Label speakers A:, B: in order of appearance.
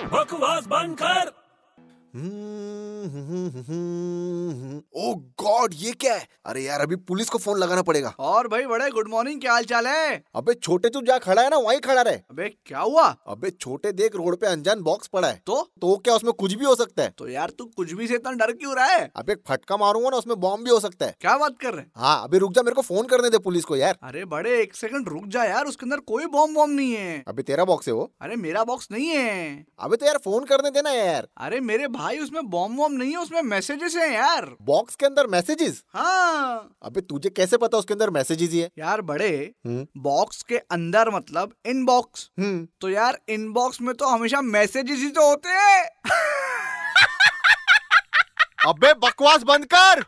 A: आवाज बंद कर
B: ओ गॉड Oh ये क्या है अरे यार अभी पुलिस को फोन लगाना पड़ेगा
C: और भाई बड़े गुड मॉर्निंग क्या हाल चाल है
B: अबे छोटे तू जहाँ खड़ा है ना वहीं खड़ा रहे
C: अबे क्या हुआ
B: अबे छोटे देख रोड पे अनजान बॉक्स पड़ा है
C: तो
B: तो क्या उसमें कुछ भी हो सकता है
C: तो यार तू कुछ भी से इतना डर क्यों रहा है
B: अबे एक फटका मारूंगा ना उसमें बॉम्ब भी हो सकता है
C: क्या बात कर रहे हैं
B: हाँ अभी रुक जा मेरे को फोन करने दे पुलिस को यार
C: अरे बड़े एक सेकंड रुक जा यार उसके अंदर कोई बॉम्ब बॉम्ब नहीं है
B: अबे तेरा बॉक्स है वो
C: अरे मेरा बॉक्स नहीं है
B: अबे तो यार फोन करने देना यार
C: अरे मेरे भाई उसमें बॉम्ब वॉम्ब नहीं है उसमें मैसेजेस हैं यार
B: बॉक्स के अंदर मैसेजेस
C: हाँ
B: अबे तुझे कैसे पता उसके अंदर मैसेजेस ही है
C: यार बड़े
B: हम्म
C: बॉक्स के अंदर मतलब इनबॉक्स
B: हम्म
C: तो यार इनबॉक्स में तो हमेशा मैसेजेस ही तो होते हैं
B: अबे बकवास बंद कर